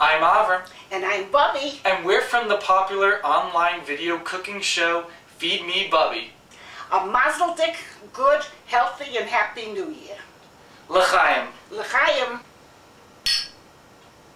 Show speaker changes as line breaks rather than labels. I'm Avram,
And I'm Bubby.
and we're from the popular online video cooking show Feed Me Bubby.
A mazel dick, good, healthy, and happy new year.
L'chaim.